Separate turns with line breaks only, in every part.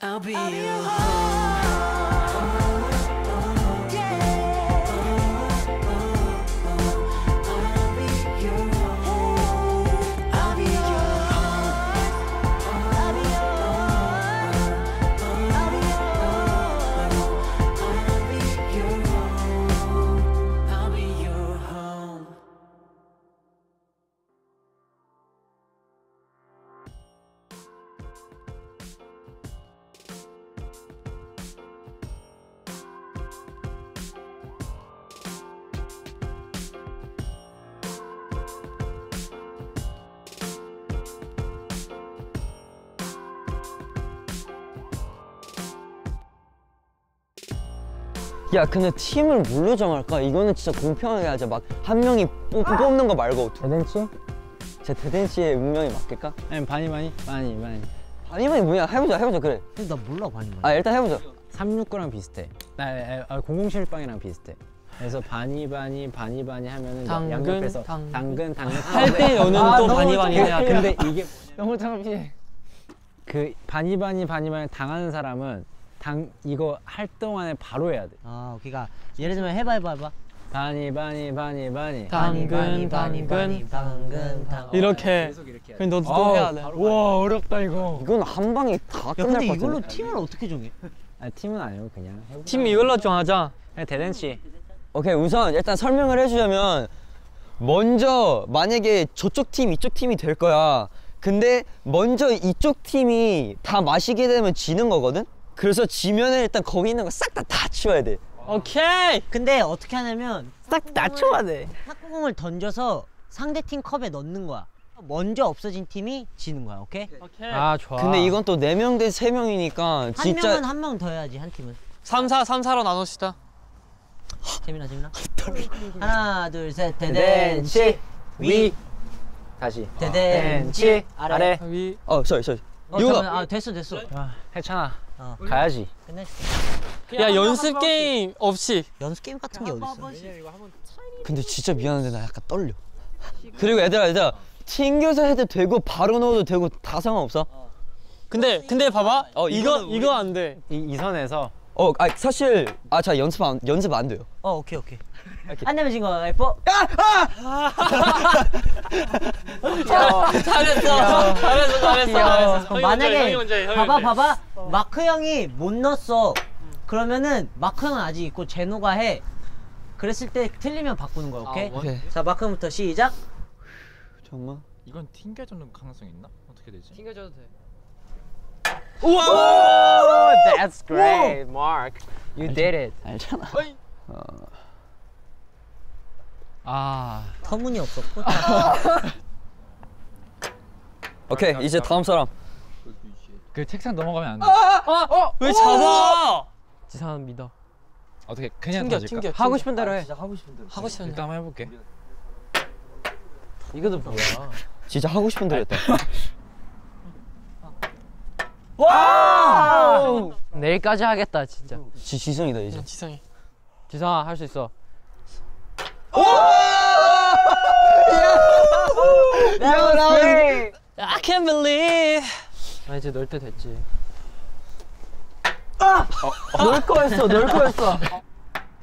I'll be, your home. I'll be your home. I'll be your home. I'll be your home. I'll be your home.
야 근데 팀을 뭘로 정할까? 이거는 진짜 공평하게 하자 막 한 명이 뽑, 뽑는 거 말고 대댄치? 제 대댄치의 운명에 맡길까?
아니 많이 많이 많이 많이
아니면 뭐냐 해보자 해보자 그래
근데 나 몰라 많이 많이
아 일단 해보자
369랑 비슷해 아, 아, 아, 007빵이랑 비슷해 그래서 바니 바니 바니 바니 하면은
당근,
양옆에서
당근.
당근
아,
당근
네.
할때 연우는
아,
또
아,
바니바니야.
근데 이게 너무 창피해 그 바니바니 바니바니 당하는 사람은 당 이거 할 동안에 바로 해야 돼
아, 그러니까 예를 들면 해봐 해봐 해봐.
바니 바니 바니 바니
당근 당근
당근 당.
이렇게
이렇게
그럼 너도 또 해야 돼. 우와 어렵다 이거.
이건 한 방에 다
야,
끝날
근데
것 같은데
이걸로 팀을 어떻게 정해?
아, 팀은 아니고 그냥 해보
팀 이걸로 정하자.
그냥 대댄치
오케이 우선 일단 설명을 해주자면 먼저 만약에 저쪽 팀 이쪽 팀이 될 거야 근데 먼저 이쪽 팀이 다 마시게 되면 지는 거거든? 그래서 지면은 일단 거기 있는 거 싹 다 다 치워야 돼
오케이.
네, 근데 어떻게 하냐면
딱 낮춰야 돼.
탁구공을 던져서 상대 팀 컵에 넣는 거야. 먼저 없어진 팀이 지는 거야. 오케이?
오케이.
아 좋아
근데 이건 또 4명 대 3명이니까
한
진짜
명은 한 명 더 해야지 한 팀은.
3, 4, 3, 4로 나눕시다.
재민아 재민아. 하나 둘 셋. 대댄치 위
다시
대댄치 아래.
위.
어, sorry, sorry.
어,
이거-
잠깐만. 아 됐어 됐어.
네.
해찬아
어.
가야지
근데
야 연습 게임 없이.
연습 게임 같은 게 어딨어?
근데 진짜 미안한데 나 약간 떨려. 그리고 얘들아, 얘들아. 튕겨서 해도 되고 바로 넣어도 되고 다 상관없어.
근데 근데 봐봐.
어,
이거
이거는
이거 안 돼.
이, 이 선에서
어, 아 사실 아, 자 연습 안 연습 안 돼요.
어 오케이 오케이. 아, 안 되면 진 거야. 예뻐. 어.
잘했어. 잘했어. 잘했어.
그럼 만약에 봐봐 봐봐 마크 형이 못 넣었어 그러면은 마크 형은 아직 있고 제노가 해 그랬을 때 틀리면 바꾸는 거야 오케이?
오케이.
자 마크 형부터 시작
정말.
이건 튕겨주는 가능성 이 있나? 어떻게 되지?
Oh, that's great, Mark. You did it.
알잖아.
아,
터무니 없었고
오케이.
아,
이제 다음 사람.
그 책상 넘어가면 안 돼.
왜 잡아?
지사람 믿어.
아,
어떻게 그냥
튕겨
던질까?
튕겨.
하고 싶은 대로 해.
하고 싶은
일단 한번 해볼게.
이거도 뭐야?
진짜 하고 싶은 대로 했다.
아.
내일까지 하겠다 진짜.
지 지성이다, 이제.
지성이.
지성아 할 수 있어.
I can't believe.
나 이제 놀 때 됐지.
널 아! 거였어. 널 거였어.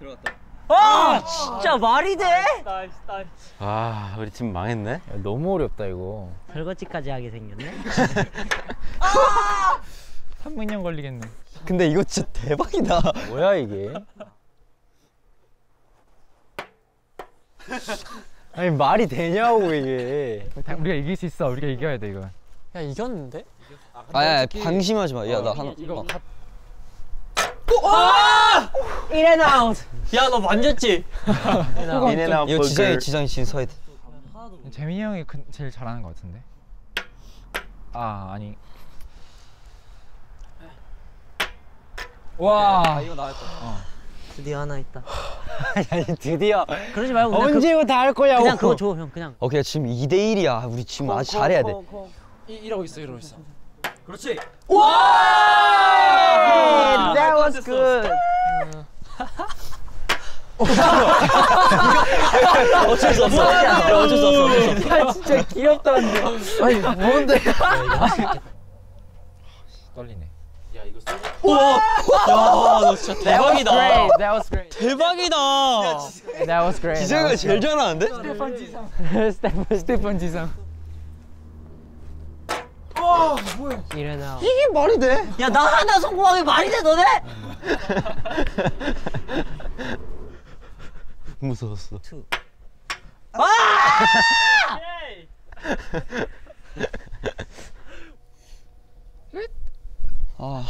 진짜 말이 돼?
아 우리 팀 망했네
야, 너무 어렵다 이거.
설거지까지 하게 생겼네
한 300년 걸리겠네.
근데 이거 진짜 대박이다.
뭐야 이게? 아니 말이 되냐고 이게.
우리가 이길 수 있어. 우리가 이겨야 돼 이거.
야 이겼는데?
아, 야, 야, 방심하지 마. 야, 나 하나. 어. 아!
야 너 만졌지?
인앤아웃
이거 지성이 지성이 지금 서야 돼.
재민이 형이 그, 제일 잘하는 것 같은데. 아 아니. 와.
드디어 하나 있다
아니 드디어
그러지 말고 그냥,
언제 이거 다 할 아, 거야?
그, 그냥 그거 줘 형 그냥
오케이. 어, 지금 2대 1이야. 우리 지금 아주 잘해야 돼.
이, 이러고 있어 이러고 있어.
That was good.
어쩔 수 없어. 야, 어쩔 수 없어. 어쩔 수 없어.
아,
아, 떨리네. 야 이거
야너 진짜 대박이다.
Great. That was great.
대박이다.
That was great.
기재가 제일 잘하는데?
스테판
스테판 지상.
일어나.
이게 말이 돼?
야, 나 하나 성공하게 말이 돼, 너네?
무서웠어.
아! 아.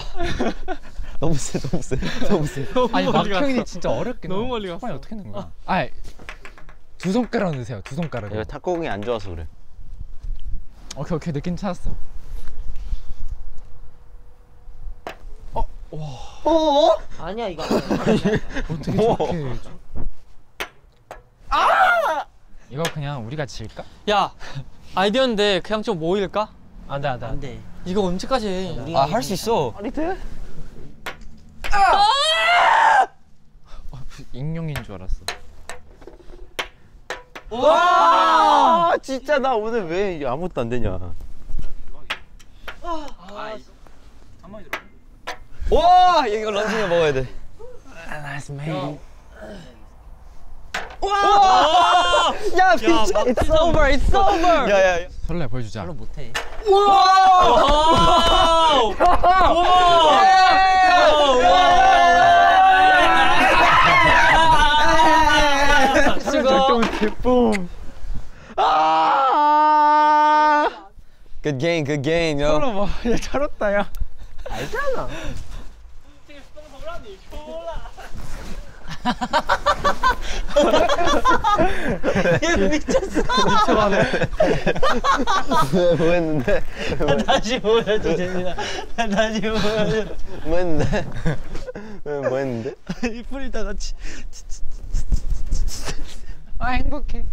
너무 세, 너무 세, 너무 세.
아니 막형이 진짜 어렵긴
너무
해요.
멀리 갔어.
초반에 어떻게 낸 거야? 아두 손가락 넣으세요. 두 손가락.
이거 탁구공이 안 좋아서 그래.
오케이 오케이 느낌 찾았어.
아니야, 이거.
어떻게 저렇게 해줘? 이거 그냥 우리가 질까?
야 아이디어인데 그냥 좀 모일까?
안돼 안돼
안 돼.
이거 언제까지 해?
우리가
아 할 수 있어.
익명인 줄 알았어.
아 진짜 나 오늘 왜 아무것도 안 되냐.
와 이거 런쥔이 먹어야 돼.
나이스 메인.
야 진짜 it's over, it's over. 야야 야.
설레 보여주자.
별로 못해.
예! Good game, good game, yo.
봐. 얘 잘했다 야.
얘 미쳤어.
뭐 했는데?
다시 보여줘, 재민아. 다시 보여줘.
뭐 했는데? 뭐 했는데?
이풀이 다 같이.
아 행복해.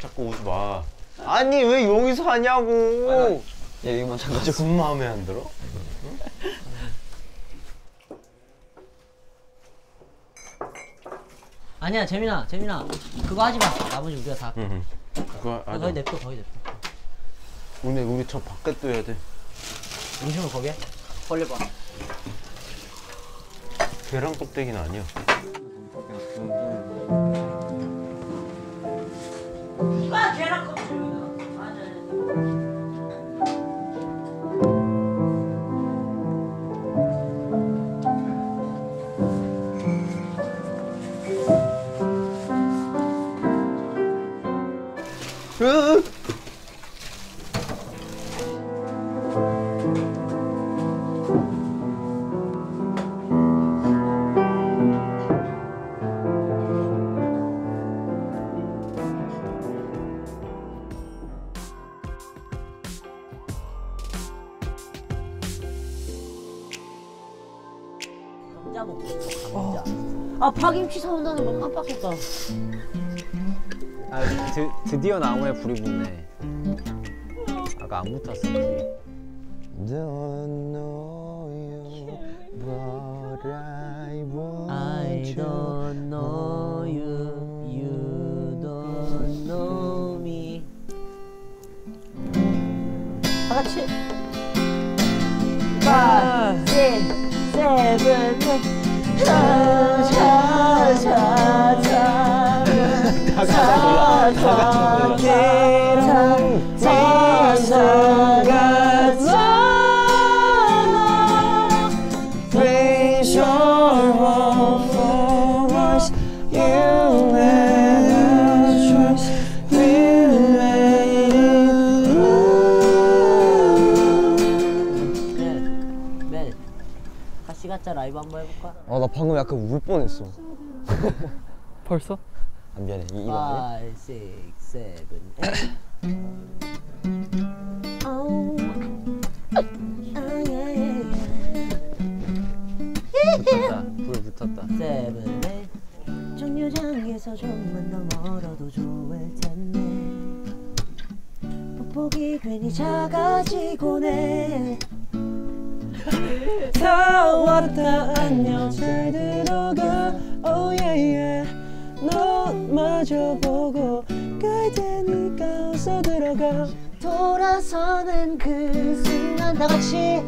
자꾸 오지 마.
아니 왜 여기서 하냐고. 야 이거 잠깐.
무슨 마음에 안 들어?
아니야, 재민아, 재민아. 그거 하지 마. 나머지 우리가 다. 할게.
응. 그거 아
거의 냅둬, 거의 냅둬.
오늘 우리 저 바깥도 해야 돼.
음식을 거기에 걸려봐.
계란 껍데기는 아니야.
아, 계란 껍질. 맞아, 맞아. 감자 먹고 싶어 감자 아 파김치 사온다는 거 깜빡했다
아, 드, 드디어 나무에 불이 붙네. 아까 안 붙었어. 불이.
Don't know you, but I want
I don't know you You don't know me 다 같이 5, 6, 7, 8 차차차차 사사 계란 사사가잖아
Place your home for us. You made a choice. We made it right.
멜 같이 가짜 라이브 한번 해볼까?
아, 나 방금 약간 울 뻔했어.
벌써?
아, 미안해. 이, 이거 아니야?
5, 6, 7, 8
붙었다. 불 붙었다.
7, 8 정류장에서 좀만 더 멀어도 좋을 텐데 뽀뽀기 괜히 작아지곤 해
다 왔다 안녕 잘 들어가 oh yeah yeah 너 마저 보고 갈 테니까
벌써 들어가 돌아서는 그 순간 다 같이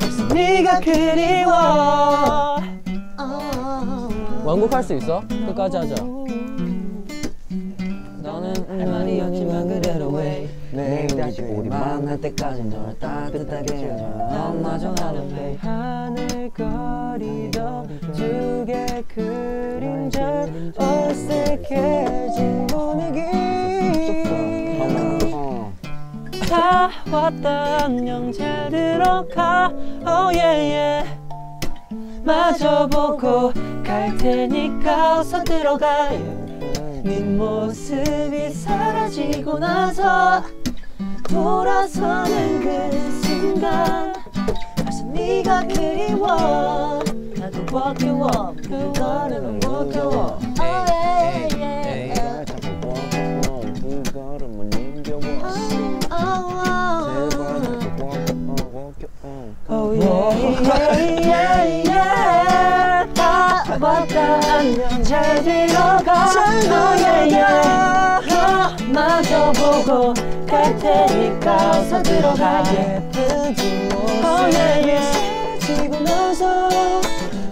벌써 네가 그리워
완곡할 수 있어? 끝까지 하자.
너는 말이었지만 그대로 왜
내일 다시 우리 만날 때까지 널 따뜻하게 해줘
엄마저 나는데 하늘 거리도 주게 그림자 어색해진 어. 분위기 다 왔다 안녕 잘 들어가 오예예 마저 보고 갈 테니까 어서 들어가 네 모습이 사라지고 나서 돌아서는 그 순간 벌써 네가 그리워 나도 버거워 그거는 무거워 Oh, yeah, yeah. Oh yeah, yeah, yeah. 다 왔다 안녕 잘 들어가. Oh yeah, yeah. 너마저 보고 갈 테니까 어서 들어가. 예쁘지 Oh yeah, yeah. 지고 나서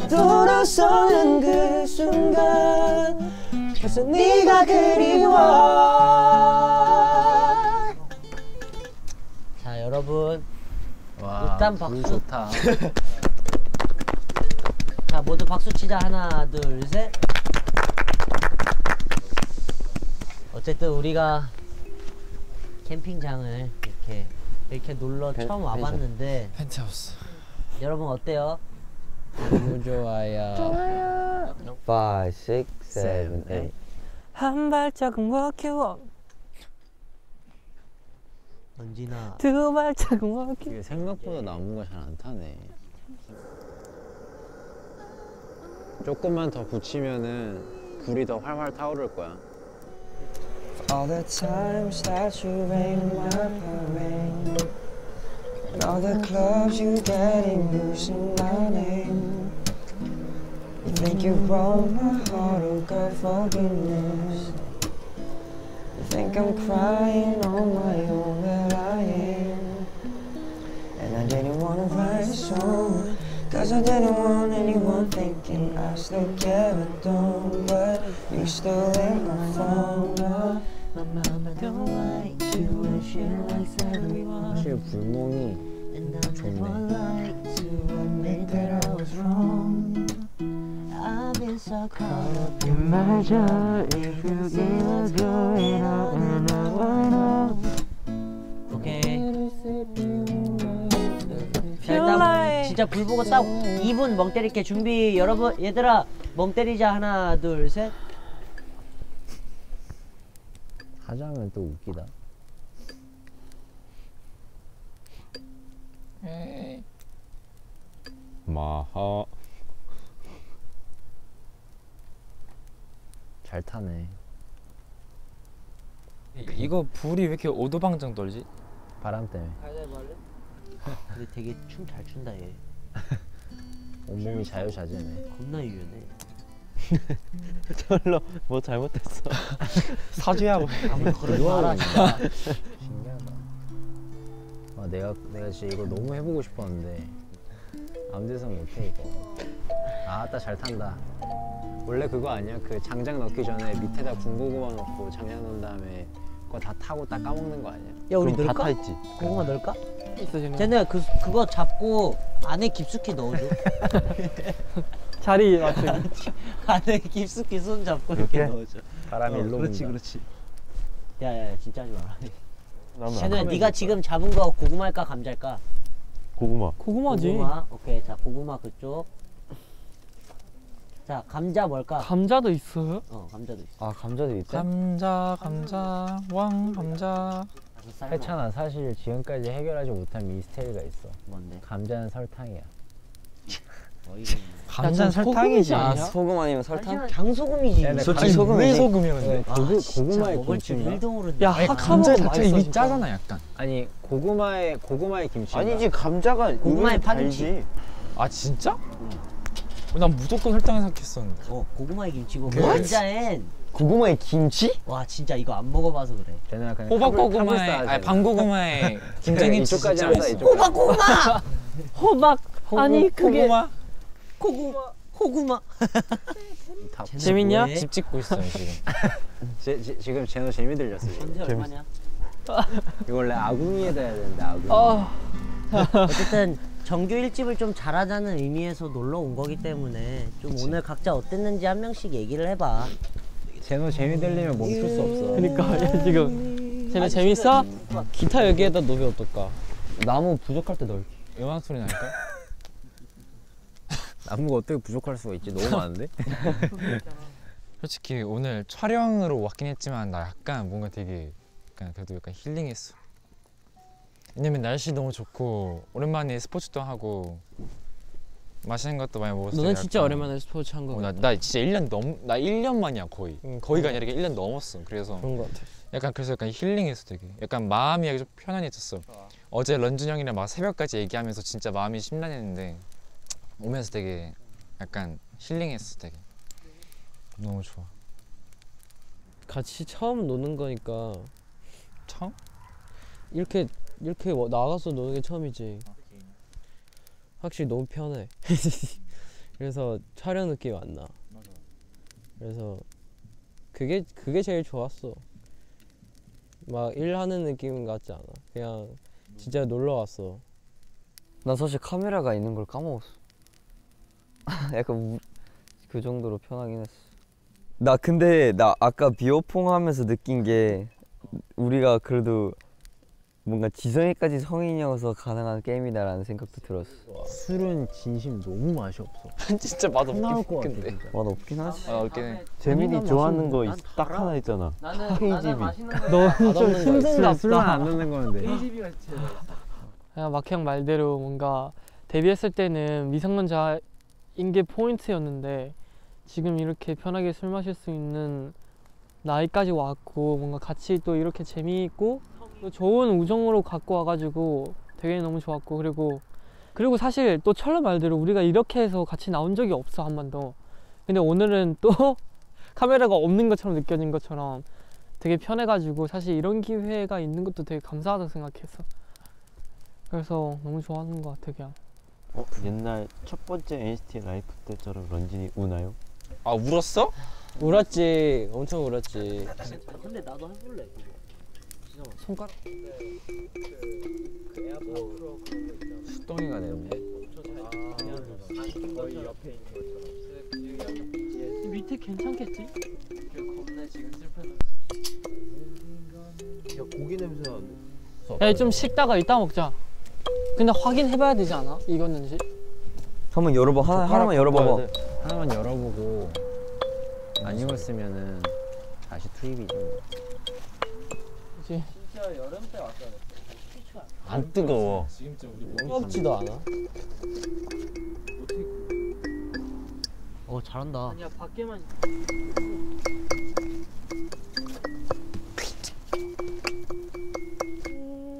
돌아서는 그 순간 벌써 네가 그리워. 자 여러분.
와,
일단
물
박수.
좋다.
자 모두 박수 치자 하나 둘 셋. 어쨌든 우리가 캠핑장을 이렇게 이렇게 놀러 처음 와봤는데
펜트하우스.
여러분 어때요?
너무 좋아요.
5, 6, 7,
네.
8
한 발짝은 워큐워,
언진아
두 발짝은 워큐워.
생각보다 나무가 잘 안 타네. 조금만 더 붙이면은 불이 더 활활 타오를 거야.
All the times that you rain in my parade And all the clubs you get in using my name You think you broke my heart, oh God forgiveness You think I'm crying on my own, well I am And I didn't wanna write a song Cause I didn't want anyone thinking I still care a dog But you still in my phone oh.
My mama don't like you and she likes everyone
사실 불멍이
And I never like to admit that I was wrong I've been so caught up in my job If you gave us going on and on 오케이 자 일단 진짜 불 보고 딱 2분 멍 때릴게 준비 여러분 얘들아 멍 때리자 하나 둘셋
하자면 또 웃기다.
음. 마하
잘 타네.
이거 불이 왜 이렇게 오도방정 돌지?
바람 때문에
근데 되게 춤 잘 춘다 얘
온몸이 자유자재네.
겁나 유연해
별로 뭐 잘못했어
사주야 뭐.
아무리 걸어도 알아 진짜
신기하다. 아, 내가 내가 진짜 이거 너무 해보고 싶었는데 아무 데서 못해 이거. 아따 잘 탄다. 원래 그거 아니야? 그 장작 넣기 전에 밑에다 군고구마 넣고 장작 넣은 다음에 그거 다 타고 딱 까먹는 거 아니야?
야 우리
그럼 다
넣을까?
타있지
고구마 넣을까?
있어지는.
쟤네 그, 그거 잡고 안에 깊숙이 넣어줘
자리 맞추기.
안에 깊숙이 손 잡고 이렇게, 넣어줘
아,
바람이 일로 아, 그렇지 그렇지.
야야 진짜 하지 마라 쟤네 네가 지금 잡은 거 고구마일까 감자일까?
고구마
고구마지.
고구마 오케이 자 고구마 그쪽 자 감자 뭘까?
감자도 있어요?
어 감자도 있어
아 감자도 있대?
감자 감자 왕 감자.
그래서 삶아.
해찬아 사실 지금까지 해결하지 못한 미스테리가 있어.
뭔데?
감자는 설탕이야.
어이가 없네.
감자 설탕이지
아 소금 아니면 설탕?
하지만 장소금이지
네, 네,
솔직히 소금이지?
소금이야 근데?
아,
고구,
진짜
고구마의
먹을 줄
김치인가?
일도 모르는
야,
감자
학사먹으면
자체
맛있어.
이미
진짜.
짜잖아 약간.
아니 고구마의 고구마의 김치.
아니지 감자가
고구마에
이거는
파김치.
달지.
아 진짜? 난 무조건 설탕 생각했었는데.
네, 어 고구마에 김치고
그-
감자엔
고구마에 김치?
와 진짜 이거 안 먹어봐서 그래.
쟤는 약간
호박고구마에 아니 방고구마에 김장김치 진짜
네, 이쪽까지는 싸
맛있어.
이쪽.
호박 어, 아니 그게
고구마
고구마 고구마.
재밌냐? 집 짓고 있어요 지금.
제, 제, 지금 제노 재미 들렸어. 지금.
언제 얼마냐?
이거 원래 아궁이에다 해야 되는데 아궁이.
어.
어쨌든 정규 1집을 좀 잘하자는 의미에서 놀러 온 거기 때문에 좀 오늘 각자 어땠는지 한 명씩 얘기를 해봐.
제노 재미 들리면 멈출 수 없어.
그러니까 야, 지금 쟤네 재밌어? 기타 여기에다 놓으면 어떨까?
나무 부족할 때 넣을게.
음악 소리 날까?
나무가 어떻게 부족할 수가 있지? 너무 많은데?
솔직히 오늘 촬영으로 왔긴 했지만 나 약간 뭔가 되게 약간 그래도 약간 힐링했어. 왜냐면 날씨 너무 좋고 오랜만에 스포츠도 하고 맛있는 것도 많이 먹었어.
너는 진짜 오랜만에 스포츠 한
어,
음. 거구나.
나, 나 진짜 1년 넘, 나 1년 만이야 거의.
음,
거의가 아니라 1년 넘었어. 그래서
그런 거 같아.
약간 그래서 약간 힐링했어 되게. 약간 마음이 약간 좀 편안해졌어.
아.
어제 런쥔 형이랑 막 새벽까지 얘기하면서 진짜 마음이 심란했는데 오면서 되게 약간 힐링했어 되게. 너무 좋아.
같이 처음 노는 거니까
처음?
이렇게 이렇게 와- 나가서 노는 게 처음이지. 확실히 너무 편해. 그래서 촬영 느낌 안 나. 그래서 그게 그게 제일 좋았어. 막 일하는 느낌 같지 않아. 그냥 진짜 놀러 왔어.
나 사실 카메라가 있는 걸 까먹었어. 약간 우- 그 정도로 편하긴 했어. 나 근데 나 아까 비오퐁 하면서 느낀 게 우리가 그래도 뭔가 지성이까지 성인이어서 가능한 게임이다라는 생각도 들었어.
술은 진심 너무 맛이 없어.
진짜 맛없
뭐 나올 것 같아. 진짜.
맛 없긴 하지.
아, 없긴 해.
재민이 좋아하는 거 딱 하나 있잖아.
좀 힘든다. 술만 안 넣는 건데.
그냥 아, 막형 말대로 뭔가 데뷔했을 때는 미성년자인 게 포인트였는데 지금 이렇게 편하게 술 마실 수 있는 나이까지 왔고 뭔가 같이 또 이렇게 재미있고 또 좋은 우정으로 갖고 와가지고 되게 너무 좋았고 그리고 그리고 사실 또 철로 말대로 우리가 이렇게 해서 같이 나온 적이 없어 한 번도 근데 오늘은 또 카메라가 없는 것처럼 느껴진 것처럼 되게 편해가지고 사실 이런 기회가 있는 것도 되게 감사하다고 생각했어 그래서 너무 좋아하는 것 같아 그냥
어, 옛날 첫 번째 NCT 라이프 때처럼 런쥔이 우나요?
아 울었어?
울었지. 엄청 울었지.
근데 나도 해볼래.
수동이가 되네.
밑에 괜찮겠지? 야 좀 식다가 이따 먹자 근데 확인해봐야 되지 않아? 익었는지
한번 열어봐. 뭐 하나, 하나만 열어봐봐.
하나만 열어보고 안 익었으면은 다시 투입이지.
그치?
안 뜨거워.
뜨겁지도 않아.
어 잘한다.
아니야 밖에만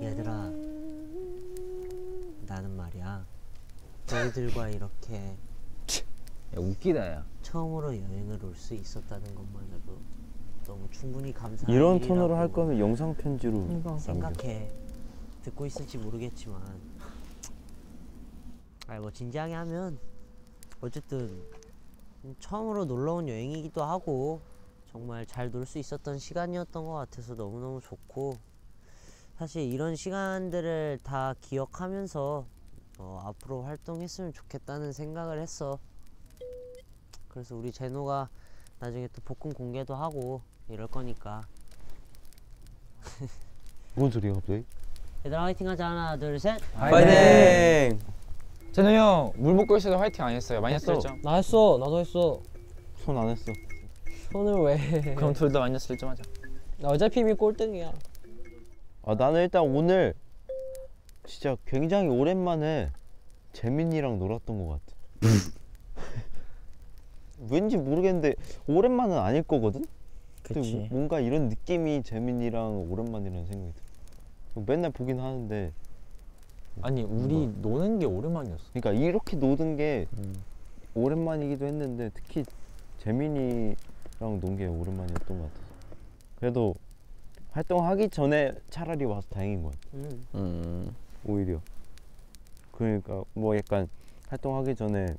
얘들아 나는 말이야 너희들과 이렇게
야, 웃기다 야.
처음으로 여행을 올 수 있었다는 것만으로 너무 충분히 감사한
이런
아, 일이라고
톤으로 할 거면 영상 편지로
이거.
남겨.
생각해 듣고 있을지 모르겠지만 아이 뭐 진지하게 하면 어쨌든 처음으로 놀러 온 여행이기도 하고 정말 잘 놀 수 있었던 시간이었던 것 같아서 너무너무 좋고 사실 이런 시간들을 다 기억하면서 어, 앞으로 활동했으면 좋겠다는 생각을 했어 그래서 우리 제노가 나중에 또 복근 공개도 하고 이럴 거니까
뭔 소리야 갑자기?
얘들아 화이팅 하자 하나 둘셋
네.
파이팅!
재능 형물 먹고 있어도 화이팅 안 했어요. 많이
했어.
했을 점.
나 했어. 나도 했어.
손 안 했어.
손을 왜? 해.
그럼 둘 다 마이너스 1점 하자.
나 어차피 이미 꼴등이야.
아 나는 일단 오늘 진짜 굉장히 오랜만에 재민이랑 놀았던 것 같아. 왠지 모르겠는데 오랜만은 아닐 거거든. 근데
그치.
뭐- 뭔가 이런 느낌이 재민이랑 오랜만이라는 생각이 들어. 맨날 보긴 하는데,
아니 우리 노는 게 오랜만이었어.
그러니까
음.
이렇게 노는 게 오랜만이기도 했는데 특히 재민이 논 게 오랜만이었던 것 같아서 그래도 활동하기 전에 차라리 와서 다행인 것 같아요
음.
음.
오히려 그러니까 뭐 약간 활동하기 전에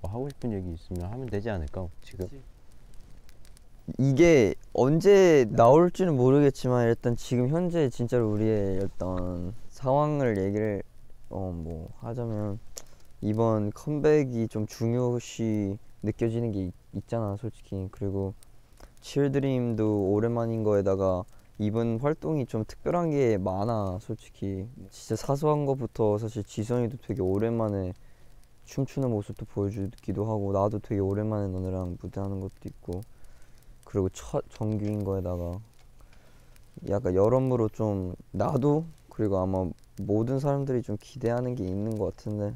뭐 하고 싶은 얘기 있으면 하면 되지 않을까 지금
이게 언제 나올지는 모르겠지만 일단 지금 현재 진짜로 우리의 일단 상황을 얘기를 어 뭐 하자면 이번 컴백이 좀 중요시 느껴지는 게 있, 있잖아 솔직히 그리고 칠드림도 오랜만인 거에다가 이번 활동이 좀 특별한 게 많아 솔직히 진짜 사소한 것부터 사실 지성이도 되게 오랜만에 춤추는 모습도 보여주기도 하고 나도 되게 오랜만에 너네랑 무대하는 것도 있고 그리고 첫 정규인 거에다가 약간 여러모로 좀 나도 그리고 아마 모든 사람들이 좀 기대하는 게 있는 것 같은데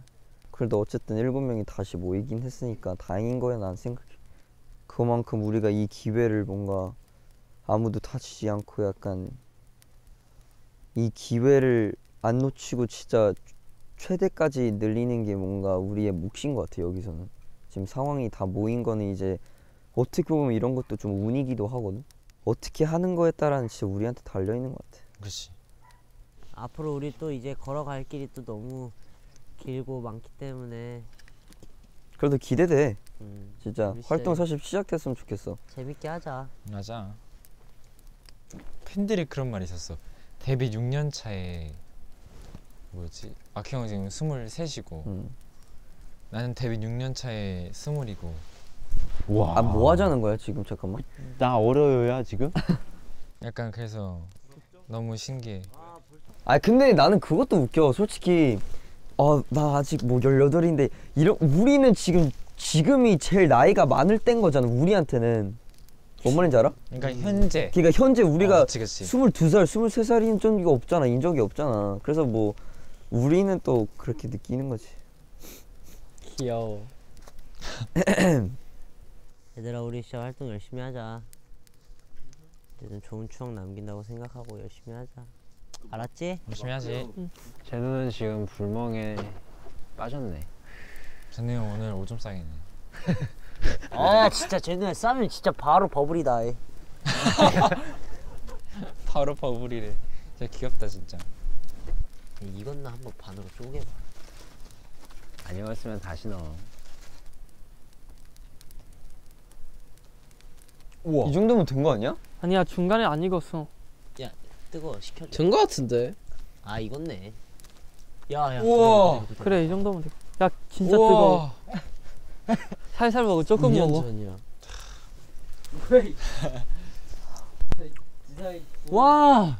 그래도 어쨌든 일곱 명이 다시 모이긴 했으니까 다행인 거야 난 생각해 그만큼 우리가 이 기회를 뭔가 아무도 다치지 않고 약간 이 기회를 안 놓치고 진짜 최대까지 늘리는 게 뭔가 우리의 몫인 것 같아 여기서는 지금 상황이 다 모인 거는 이제 어떻게 보면 이런 것도 좀 운이기도 하거든 어떻게 하는 거에 따라는 진짜 우리한테 달려 있는 것 같아
그렇지
앞으로 우리 또 이제 걸어갈 길이 또 너무 길고 많기 때문에
그래도 기대돼
음,
진짜
재밌어요.
활동 사실 시작됐으면 좋겠어
재밌게 하자.
맞아 팬들이 그런 말이 있었어 데뷔 6년 차에 뭐였지 아키 형은 지금 23이고 나는 데뷔 6년 차에 20이고
아, 뭐 하자는 거야 지금 잠깐만
나 어려요야 지금?
약간 그래서 너무 신기해
아 근데 나는 그것도 웃겨 솔직히 어 나 아직 뭐 18인데 이런 우리는 지금 지금이 제일 나이가 많을 땐 거잖아 우리한테는 뭔 말인지 알아?
그러니까 현재
그러니까 현재 우리가
아,
어, 그치, 그치.
22살, 23살인 적이 없잖아 인적이 없잖아 그래서 뭐 우리는 또 그렇게 느끼는 거지
귀여워.
얘들아 우리 진짜 활동 열심히 하자. 이제 좀 좋은 추억 남긴다고 생각하고 열심히 하자. 알았지?
열심히 하지.
제노는 지금 불멍에 빠졌네
제노 형 오늘 오줌 싸이네
아 진짜 쟤네 싸면 진짜 바로 버블이다. 이.
바로 버블이래 진짜 귀엽다 진짜
이건 나 한번 반으로 쪼개봐.
아니었으면 다시 넣어
이 정도면 된 거 아니야?
아니야 중간에 안 익었어.
야 뜨거 시켜줘.
된 거 같은데?
아 익었네. 야야.
우와.
그래 이 정도면 돼. 야 진짜
우와.
뜨거워. 살살 먹어
음.
조금
2년
뭐.
먹어.
전이야.
와.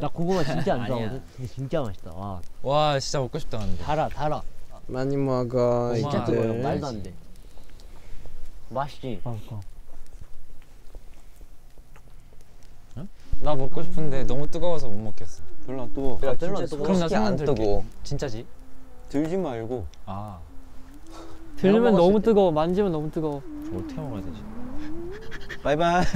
나 고구마 진짜
안 좋아하거든. 근데 진짜 맛있다. 와
와 진짜 먹고 싶다 근데
달아 달아.
많이 먹어
진짜 뜨거워.
이제.
말도 안 돼. 맛있지.
나 먹고 싶은데 너무 뜨거워서 못 먹겠어
별로 안 뜨거워
야,
별로 안
진짜
뜨거워.
그럼 나
솔직히
손만
안
들게
뜨거워.
진짜지?
들지 말고
아
들면
먹었을
너무
때.
뜨거워. 만지면 너무 뜨거워.
그럼 어떻게 먹어야 되지?
바이바이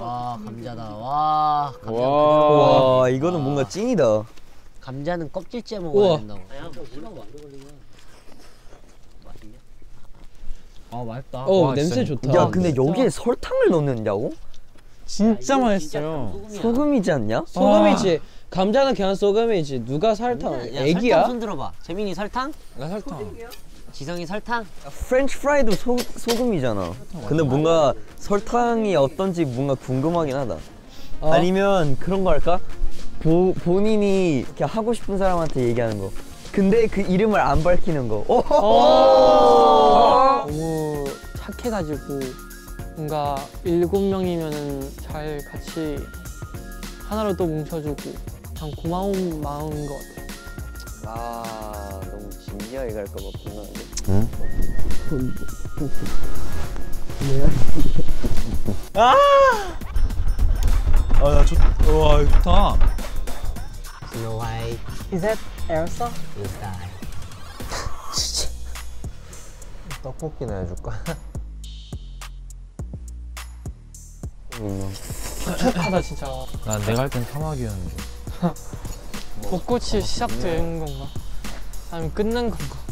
와 감자다. 와 감자.
와 이거는 뭔가 찐이다
감자는 껍질째 먹어야
우와.
된다고.
아 맛있다
어
와,
냄새
진짜.
좋다.
야 근데 여기에 설탕을 넣는다고?
진짜 맛있어요
소금이지
어.
않냐?
소금이지. 감자는 그냥 소금이지. 누가 설탕?
야,
애기야?
설탕 손 들어봐. 재민이 설탕?
아, 나 설탕
지성이 설탕?
프렌치 프라이도 소, 소금이잖아. 근데 뭔가 설탕이 어떤지 뭔가 궁금하긴 하다.
어?
아니면 그런 거 할까? 보, 본인이 이렇게 하고 싶은 사람한테 얘기하는 거. 근데 그 이름을 안 밝히는 거. 오!
어, 너무 착해가지고 뭔가 일곱 명이면은 잘 같이 하나로 또 뭉쳐주고 참 고마운 마음인 것 같아요.
아, 너무 진지하게 갈까봐 겁나는데.
아나 좋다 와 좋다
Snow White
Is that Elsa?
is die.
떡볶이나 해줄까?
하다 아, 진짜.
나 내가 할 땐 사막이었는데
벚꽃이 시작된 건가? 아니면 끝난 건가?